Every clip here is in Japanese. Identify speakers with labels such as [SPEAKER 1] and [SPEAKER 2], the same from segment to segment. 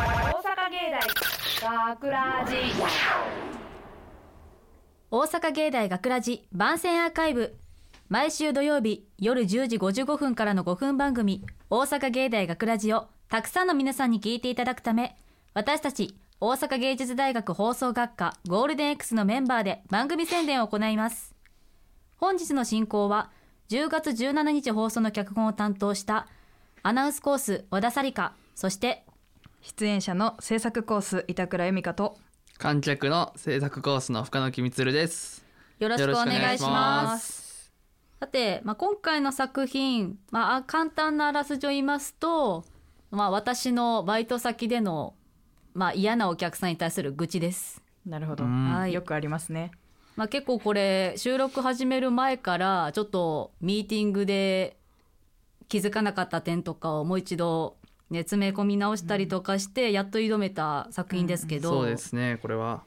[SPEAKER 1] 阪芸大学ラジ
[SPEAKER 2] 大阪芸大学ラジ番宣アーカイブ毎週土曜日夜10時55分からの5分番組「大阪芸大学ラジをたくさんの皆さんに聞いていただくため私たち大阪芸術大学放送学科ゴールデン X のメンバーで番組宣伝を行います本日の進行は10月17日放送の脚本を担当したアナウンスコース小田紗理香そして
[SPEAKER 3] 出演者の制作コース板倉由美香と
[SPEAKER 4] 観客の制作コースの深野木光です。
[SPEAKER 2] よろしくお願いし
[SPEAKER 4] よろしくお願いし
[SPEAKER 2] ま。
[SPEAKER 4] ます
[SPEAKER 2] さて、まあ、今回の作品、まああ、簡単なあらすじを言いますと、まあ、私のバイト先での、まあ、嫌なお客さんに対する愚痴です。
[SPEAKER 3] なるほど、
[SPEAKER 4] うん
[SPEAKER 2] はい
[SPEAKER 3] よくありますね
[SPEAKER 2] まあ、結構これ収録始める前からちょっとミーティングで気づかなかった点とかをもう一度、ね、詰め込み直したりとかしてやっと挑めた作品ですけど、
[SPEAKER 4] そうですね、これは。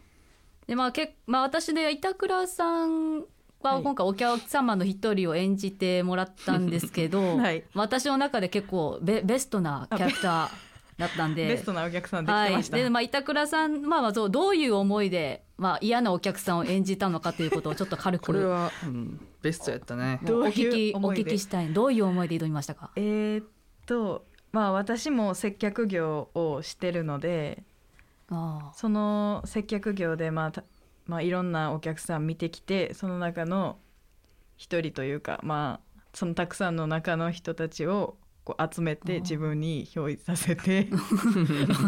[SPEAKER 2] でまあけまあ私で板倉さん
[SPEAKER 3] は
[SPEAKER 2] はい今回お客様の一人を演じてもらったんですけど、
[SPEAKER 3] はい
[SPEAKER 2] まあ私の中で結構ベベストなキャラクターだったんで。
[SPEAKER 3] ベストなお客さんできて
[SPEAKER 2] は
[SPEAKER 3] ま
[SPEAKER 2] い、
[SPEAKER 3] した、
[SPEAKER 2] で、まあ、板倉さん、まあまあ、そう、どういう思いで、まあ、嫌なお客さんを演じたのかということをちょっと軽
[SPEAKER 4] これ
[SPEAKER 2] く。
[SPEAKER 4] は、うん、ベストやったね。
[SPEAKER 2] もうお聞
[SPEAKER 3] どうい
[SPEAKER 2] き
[SPEAKER 3] う、
[SPEAKER 2] お
[SPEAKER 3] 思いで
[SPEAKER 2] 聞きしたい、どういう思いで挑みましたか。
[SPEAKER 3] えーっとまあ私も接客業をしてるので
[SPEAKER 2] あ
[SPEAKER 3] その接客業で、まあたまあ、いろんなお客さん見てきてその中の一人というか、まあ、そのたくさんの中の人たちをこう集
[SPEAKER 2] あ
[SPEAKER 3] め
[SPEAKER 2] ー
[SPEAKER 3] て自分に憑依させて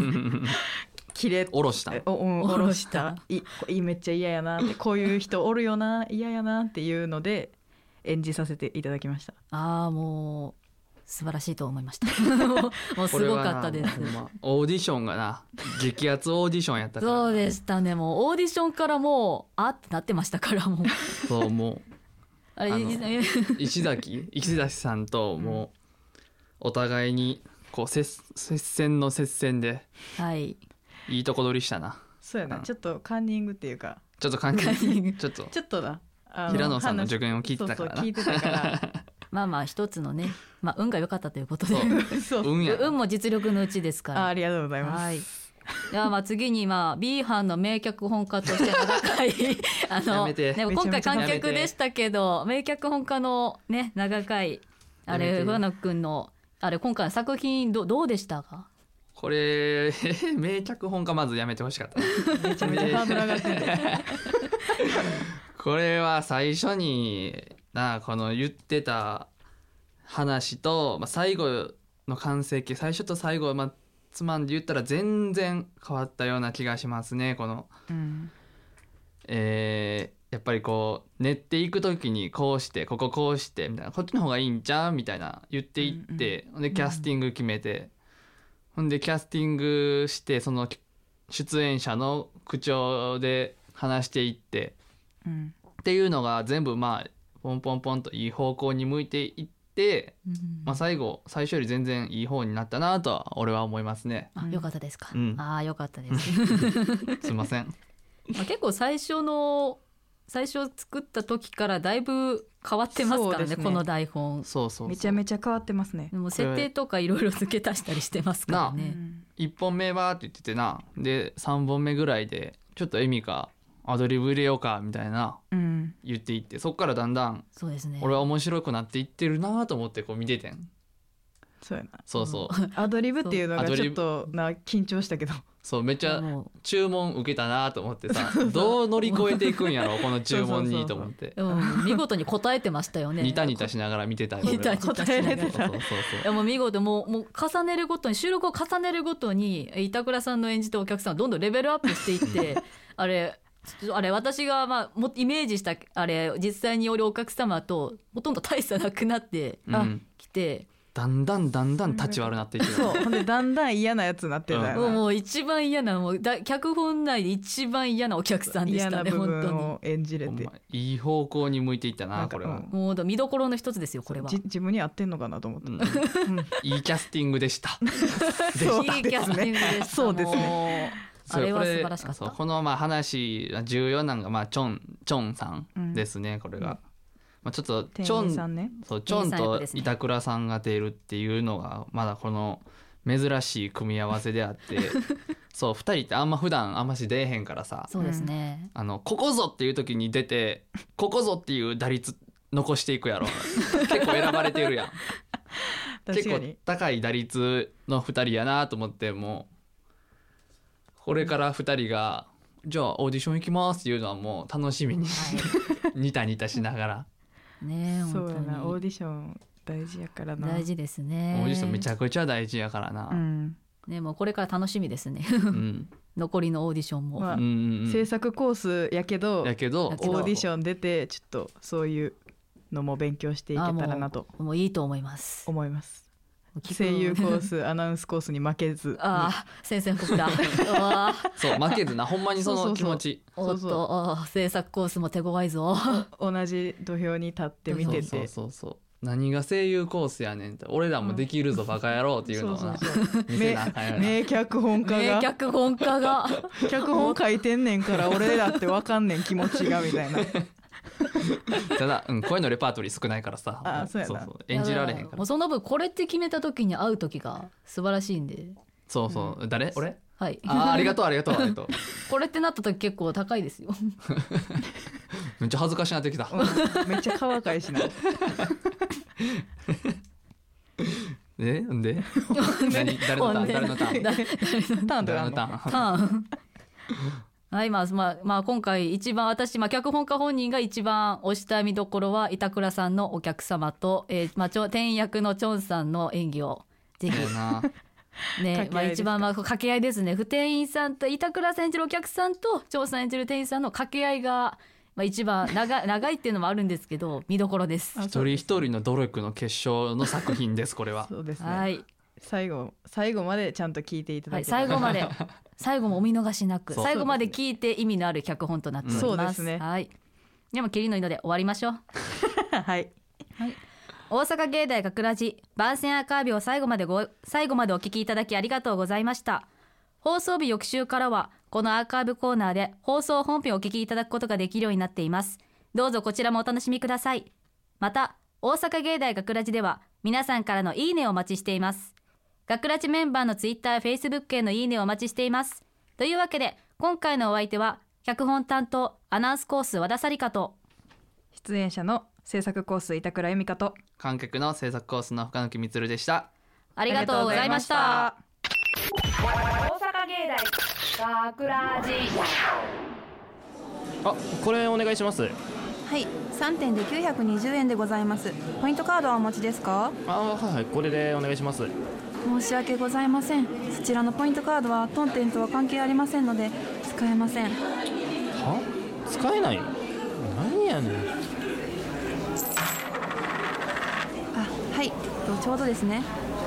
[SPEAKER 3] 切れ
[SPEAKER 4] おろした。
[SPEAKER 3] おうん
[SPEAKER 2] 下
[SPEAKER 3] 下
[SPEAKER 2] ろ
[SPEAKER 3] ろ
[SPEAKER 2] し
[SPEAKER 3] したたいこいめっちゃ嫌やなってこういう人おるよな嫌やなっていうので演じさせていただきました
[SPEAKER 2] あ、ああもう。素晴らしいと思いました。 もうもう
[SPEAKER 4] こ
[SPEAKER 2] す
[SPEAKER 4] れ
[SPEAKER 2] ご
[SPEAKER 4] はな
[SPEAKER 2] かったです
[SPEAKER 4] ほ。んまオーディションがな、激アツオーディションやったから。
[SPEAKER 2] そうでしたねもうオーディションからもうあってなってましたから もう
[SPEAKER 4] そう、も
[SPEAKER 2] あれ
[SPEAKER 4] あの
[SPEAKER 2] いいね
[SPEAKER 4] う、石崎、石崎さんと、もう、お互いに、こう、接接戦の接戦で、
[SPEAKER 2] はい
[SPEAKER 4] いいとこ取りしたな。
[SPEAKER 3] そうやな
[SPEAKER 4] うん
[SPEAKER 3] ちょっとカンニングっていうか
[SPEAKER 4] ちょっと 関係
[SPEAKER 2] カンニング
[SPEAKER 4] ちょっと、
[SPEAKER 3] ちょっとなあ
[SPEAKER 4] 平野さんの
[SPEAKER 3] 話
[SPEAKER 4] 助言を聞いてたから
[SPEAKER 3] そうそう聞いてたから
[SPEAKER 2] まあまあ一つのね、まあ、運が良かったということで
[SPEAKER 4] そう
[SPEAKER 3] そう
[SPEAKER 4] 運や。
[SPEAKER 2] 運も実力のうちですか
[SPEAKER 3] あ
[SPEAKER 2] ら
[SPEAKER 3] ありがとうございます、
[SPEAKER 2] はいではまあ次にまあ B 班の名脚本家として名高 いあ
[SPEAKER 4] や
[SPEAKER 2] の、
[SPEAKER 4] めて
[SPEAKER 2] ね、今回
[SPEAKER 3] めちゃ
[SPEAKER 2] 観
[SPEAKER 3] め
[SPEAKER 4] ちゃやめて
[SPEAKER 2] 客でしたけど名脚本家のね名高いあ
[SPEAKER 4] やめ
[SPEAKER 2] れ
[SPEAKER 4] て
[SPEAKER 2] 上野くんのあれ今回の作品どどうでしたか
[SPEAKER 4] これ、 名脚本家まずやめてほしかった。
[SPEAKER 3] めちゃめちゃハードル上がってる
[SPEAKER 4] これは最初になこの言ってた話と、まあ、最後の完成形最初と最後、まあ、つまんで言ったら全然変わったような気がしますねこの、
[SPEAKER 3] うん
[SPEAKER 4] えーやっぱりこう練っていく時にこうしてこここうしてみたいなこっちの方がいいんちゃうみたいな言っていって、ほんでキャスティング決めて、ほんでキャスティングしてその出演者の口調で話していって。
[SPEAKER 3] うん
[SPEAKER 4] っていうのが全部まあポンポンポンといい方向に向いていって、まあ、最後最初より全然いい方になったなとは俺は思いますね
[SPEAKER 2] あ良かったですか、
[SPEAKER 4] うん
[SPEAKER 2] ああ良かったです
[SPEAKER 4] すいませ ん
[SPEAKER 2] まあ、結構最初の最初作った時からだいぶ変わってますか
[SPEAKER 3] そ
[SPEAKER 2] ら
[SPEAKER 3] う
[SPEAKER 2] ね
[SPEAKER 3] ですね
[SPEAKER 2] この台本
[SPEAKER 4] そうそうそう
[SPEAKER 3] めちゃめちゃ変わってますね
[SPEAKER 2] でも設定とかいろいろ付け足したりしてますから
[SPEAKER 3] う
[SPEAKER 2] ね
[SPEAKER 3] ん
[SPEAKER 4] 1本目はって言っててなで3本目ぐらいでちょっとエミかアドリブ入れようかみたいな
[SPEAKER 3] うん
[SPEAKER 4] 言っていってそっからだんだん
[SPEAKER 2] そうですね
[SPEAKER 4] 俺は面白くなっていってるなと思ってこう見ててん
[SPEAKER 3] そうやな
[SPEAKER 4] そうそう、
[SPEAKER 3] アドリブっていうの
[SPEAKER 4] ア
[SPEAKER 3] が
[SPEAKER 4] ド
[SPEAKER 3] ち
[SPEAKER 4] リ
[SPEAKER 3] ょっ
[SPEAKER 4] ブ
[SPEAKER 3] とな緊張したけど
[SPEAKER 4] そうめっちゃ
[SPEAKER 2] も
[SPEAKER 4] 注文受けたなと思ってさどう乗り越えていく んやろこの注文にと思って
[SPEAKER 2] ううん見事に答えてましたよね
[SPEAKER 4] ニタニタしなが ら見てたよ。
[SPEAKER 2] ニタニタしな がら答えられ
[SPEAKER 4] そう
[SPEAKER 2] て
[SPEAKER 4] そう
[SPEAKER 2] た
[SPEAKER 4] そう
[SPEAKER 2] いやもう見事もうもう重ねるごとに収録を重ねるごとに板倉さんの演じたお客さんはどんどんレベルアップしていってあれあれ私が、まあ、もイメージしたあれ実際によるお客様とほとんど大差なくなって
[SPEAKER 4] そう。うん。
[SPEAKER 2] きて、
[SPEAKER 4] だんだんだんだん立ち悪なっていってた。
[SPEAKER 3] そうほんでだんだん嫌なやつになってたよな
[SPEAKER 4] うん
[SPEAKER 2] もうもう一番嫌なもうだ脚本内で一番嫌なお客さんでし
[SPEAKER 3] 嫌
[SPEAKER 2] た
[SPEAKER 3] な
[SPEAKER 2] ね
[SPEAKER 3] 部
[SPEAKER 2] 本当
[SPEAKER 3] 分
[SPEAKER 2] に
[SPEAKER 3] を演じれ
[SPEAKER 4] ほん
[SPEAKER 3] て
[SPEAKER 4] まいい方向に向いていったな
[SPEAKER 3] なんか
[SPEAKER 4] これは。
[SPEAKER 3] うん
[SPEAKER 2] もう見どころの一つですよこれは。
[SPEAKER 3] じ自分に合ってんのかなと思っ
[SPEAKER 4] う
[SPEAKER 3] た、
[SPEAKER 4] ん
[SPEAKER 3] うん
[SPEAKER 4] いいキャスティングで した。
[SPEAKER 3] そう
[SPEAKER 2] いいキャスティングでした。
[SPEAKER 3] そうですね
[SPEAKER 2] ね。あれは素晴らしかっ
[SPEAKER 4] そう
[SPEAKER 2] た。
[SPEAKER 4] このまあ話重要なのがまあチョンチョンさんですね、これ
[SPEAKER 3] うん
[SPEAKER 4] が。まあちょっとチ
[SPEAKER 3] 店
[SPEAKER 4] ョ
[SPEAKER 3] 員
[SPEAKER 4] ン
[SPEAKER 3] さんね
[SPEAKER 4] そうチョ
[SPEAKER 2] 店員
[SPEAKER 4] ン
[SPEAKER 2] さん役
[SPEAKER 4] と
[SPEAKER 2] ですね
[SPEAKER 4] 板 倉さんが出るっていうのがまだこの珍しい組み合わせであってそう2人ってあんま普段あんまし出えへんからさ
[SPEAKER 2] そうですね、
[SPEAKER 4] あのここぞっていう時に出てここぞっていう打率残していく やろ結構選ばれてるやん
[SPEAKER 3] 確
[SPEAKER 4] 結
[SPEAKER 3] か
[SPEAKER 4] 構
[SPEAKER 3] に
[SPEAKER 4] 高い打率の2人やなと思ってもうこれから2人が「じゃあオーディション行きます」っていうのはもう楽 しみにニタニタしながら
[SPEAKER 2] ねえ
[SPEAKER 3] そうや
[SPEAKER 2] 本
[SPEAKER 3] な
[SPEAKER 2] 当
[SPEAKER 3] オー
[SPEAKER 2] に
[SPEAKER 3] ディション大事やからな
[SPEAKER 2] 大事です
[SPEAKER 4] オ
[SPEAKER 2] ね
[SPEAKER 4] ーディションめちゃくちゃ大事やからな。
[SPEAKER 3] う
[SPEAKER 4] うん
[SPEAKER 3] ん、
[SPEAKER 2] ねもうこれから楽しみですね
[SPEAKER 4] うん
[SPEAKER 2] 残りのオーディションも、
[SPEAKER 4] う
[SPEAKER 3] まあ
[SPEAKER 4] んうん
[SPEAKER 3] 制作コースやけど
[SPEAKER 4] やけど
[SPEAKER 2] や
[SPEAKER 3] オーディシ
[SPEAKER 4] ン
[SPEAKER 3] ョン出てちょっとそういうのも勉強していけたらなと
[SPEAKER 2] あもうもういいと思います
[SPEAKER 3] 思います
[SPEAKER 2] 聞く
[SPEAKER 3] 声優コースアナウンスコースに負けず
[SPEAKER 2] ああ先生っぽ くだああ
[SPEAKER 4] そう負けずなほんまにそ
[SPEAKER 3] そうそう
[SPEAKER 4] の気
[SPEAKER 3] そう
[SPEAKER 4] 持ち
[SPEAKER 2] おっ
[SPEAKER 3] そうそ
[SPEAKER 2] とああ制作コースも手強いぞ
[SPEAKER 3] 同じ土俵に立って見
[SPEAKER 2] そう
[SPEAKER 3] て
[SPEAKER 2] 出
[SPEAKER 4] そう
[SPEAKER 3] て
[SPEAKER 4] そうそう何が声優コースやねんって俺らもできるぞバカ野郎っていうのをな
[SPEAKER 3] そうそうそう
[SPEAKER 4] 見せなあかんよな
[SPEAKER 3] 名脚本 家
[SPEAKER 2] 名
[SPEAKER 3] が
[SPEAKER 2] 脚本家が
[SPEAKER 3] 脚本書いてんねんから俺らってわかんねん気持ちがみたいな
[SPEAKER 4] ただ、うん、声のレパートリー少ないからさ
[SPEAKER 3] あそうやな
[SPEAKER 4] 演じられへん
[SPEAKER 2] だ
[SPEAKER 4] から
[SPEAKER 2] もうその分これって決めた時に会う時が素晴らしいんで
[SPEAKER 4] そうそう、誰俺
[SPEAKER 2] はい
[SPEAKER 4] あーありがとうありがとうありがとう
[SPEAKER 2] これってなった時結構高いですよ
[SPEAKER 4] めっちゃ恥ずかしなってきた、
[SPEAKER 3] うんめっちゃ乾かいしな
[SPEAKER 4] えんで何誰のターン誰のタ ーン
[SPEAKER 2] だ
[SPEAKER 3] ターンとかあんの
[SPEAKER 4] 誰のターン
[SPEAKER 2] ターンはいまあまあまあ、今回一番私、まあ、脚本家本人が一番推した見どころは板倉さんのお客様と、えーまあ、ちょ店員役のチョンさんの演技をぜ
[SPEAKER 4] そうや
[SPEAKER 2] ひ
[SPEAKER 4] な
[SPEAKER 2] ね
[SPEAKER 3] 掛け合いですか
[SPEAKER 2] まあ、一番まあ掛け合いですね不店員さんと板倉さん演じるお客さんとチョンさん演じる店員さんの掛け合いが、まあ、一番 長い長いっていうのもあるんですけど見どころです。
[SPEAKER 3] あ
[SPEAKER 4] 一人一人の努力の結晶の作品ですこれは
[SPEAKER 3] そうです
[SPEAKER 2] は
[SPEAKER 3] ね
[SPEAKER 2] い
[SPEAKER 3] 最後最後までちゃんと聞いていただ
[SPEAKER 2] は
[SPEAKER 3] け
[SPEAKER 2] い、
[SPEAKER 3] たら
[SPEAKER 2] 最後ま で最後もお見逃しなく
[SPEAKER 4] そう
[SPEAKER 2] 最後まで聞いて意味のある脚本となっております。
[SPEAKER 3] そうですね
[SPEAKER 2] はい、でも切りのいいので終わりましょう。
[SPEAKER 3] はい
[SPEAKER 2] 大阪芸大学ラジ番宣アーカイブを最後までご最後までお聞きいただきありがとうございました放送日翌週からはこのアーカイブコーナーで放送本編をお聞きいただくことができるようになっていますどうぞこちらもお楽しみくださいまた大阪芸大学ラジでは皆さんからのいいねをお待ちしています学ラジメンバーのツイッター、フェイスブックへのいいねをお待ちしていますというわけで今回のお相手は脚本担当アナウンスコース和田紗理香と
[SPEAKER 3] 出演者の制作コース板倉由美香と
[SPEAKER 4] 観客の制作コースの深野木充でした
[SPEAKER 2] ありがとうございました
[SPEAKER 3] ありがとうございました
[SPEAKER 1] 大阪芸大学ラジ
[SPEAKER 5] あこれお願いします
[SPEAKER 6] はい、3点で920円でございます。ポイントカードはお持ちですか
[SPEAKER 5] あはいはいこれでお願いします
[SPEAKER 6] 申し訳ございません。そちらのポイントカードは当店とは関係ありませんので使えません。
[SPEAKER 5] は使えない何やねん
[SPEAKER 6] あ、はい、とちょうどですね。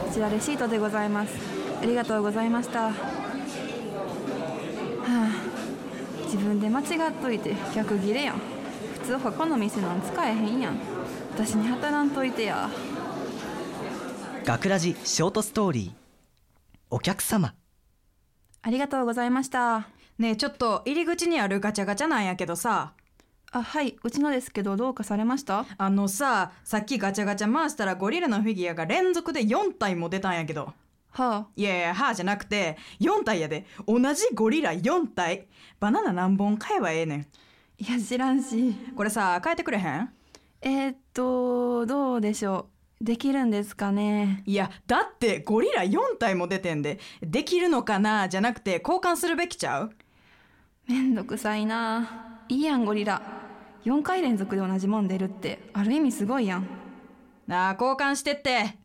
[SPEAKER 6] こちらレシートでございます。ありがとうございました。はあ、自分で間違っといて逆ギレやん。普通他の店なん使えへんやん。私に働んといてや。
[SPEAKER 7] 学ラジショートストーリーお客様
[SPEAKER 6] ありがとうございました。
[SPEAKER 8] ねえちょっと入り口にあるガチャガチャなんやけどさ
[SPEAKER 6] あ、はい、うちのですけどどうかされました
[SPEAKER 8] あのささっきガチャガチャ回したらゴリラのフィギュアが連続で4体も出たんやけど
[SPEAKER 6] はあ。
[SPEAKER 8] いやいやはあじゃなくて4体やで同じゴリラ4体バナナ何本買えばええねん
[SPEAKER 6] いや知らんし
[SPEAKER 8] これさ変えてくれへん
[SPEAKER 6] えー、っとどうでしょうできるんですかね
[SPEAKER 8] いやだってゴリラ4体も出てんでできるのかなじゃなくて交換するべきちゃう
[SPEAKER 6] めんどくさいないいやんゴリラ4回連続で同じもん出るってある意味すごいやん
[SPEAKER 8] なあ交換してって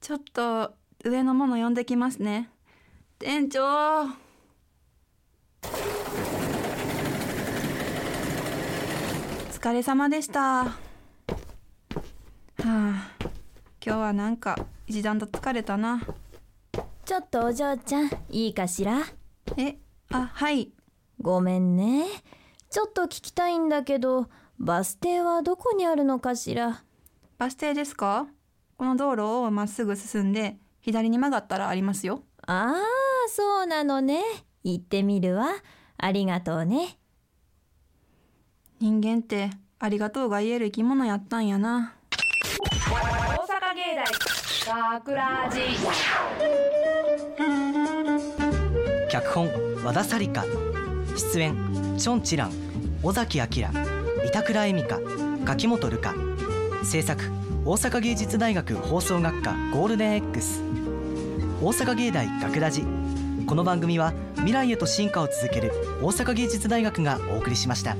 [SPEAKER 6] ちょっと上のもの呼んできますね店長疲れ様でしたはあ今日はなんか一段と疲れたな
[SPEAKER 9] ちょっとお嬢ちゃんいいかしら
[SPEAKER 6] えあはい
[SPEAKER 9] ごめんねちょっと聞きたいんだけどバス停はどこにあるのかしら
[SPEAKER 6] バス停ですかこの道路をまっすぐ進んで左に曲がったらありますよ
[SPEAKER 9] ああそうなのね行ってみるわありがとうね
[SPEAKER 6] 人間ってありがとうが言える生き物やったんやな
[SPEAKER 1] 大阪芸大学ラジ
[SPEAKER 7] 脚本和田紗理香出演チョン・チラン尾崎明板倉恵美香柿本瑠香制作大阪芸術大学放送学科ゴールデン X 大阪芸大学ラジこの番組は未来へと進化を続ける大阪芸術大学がお送りしました。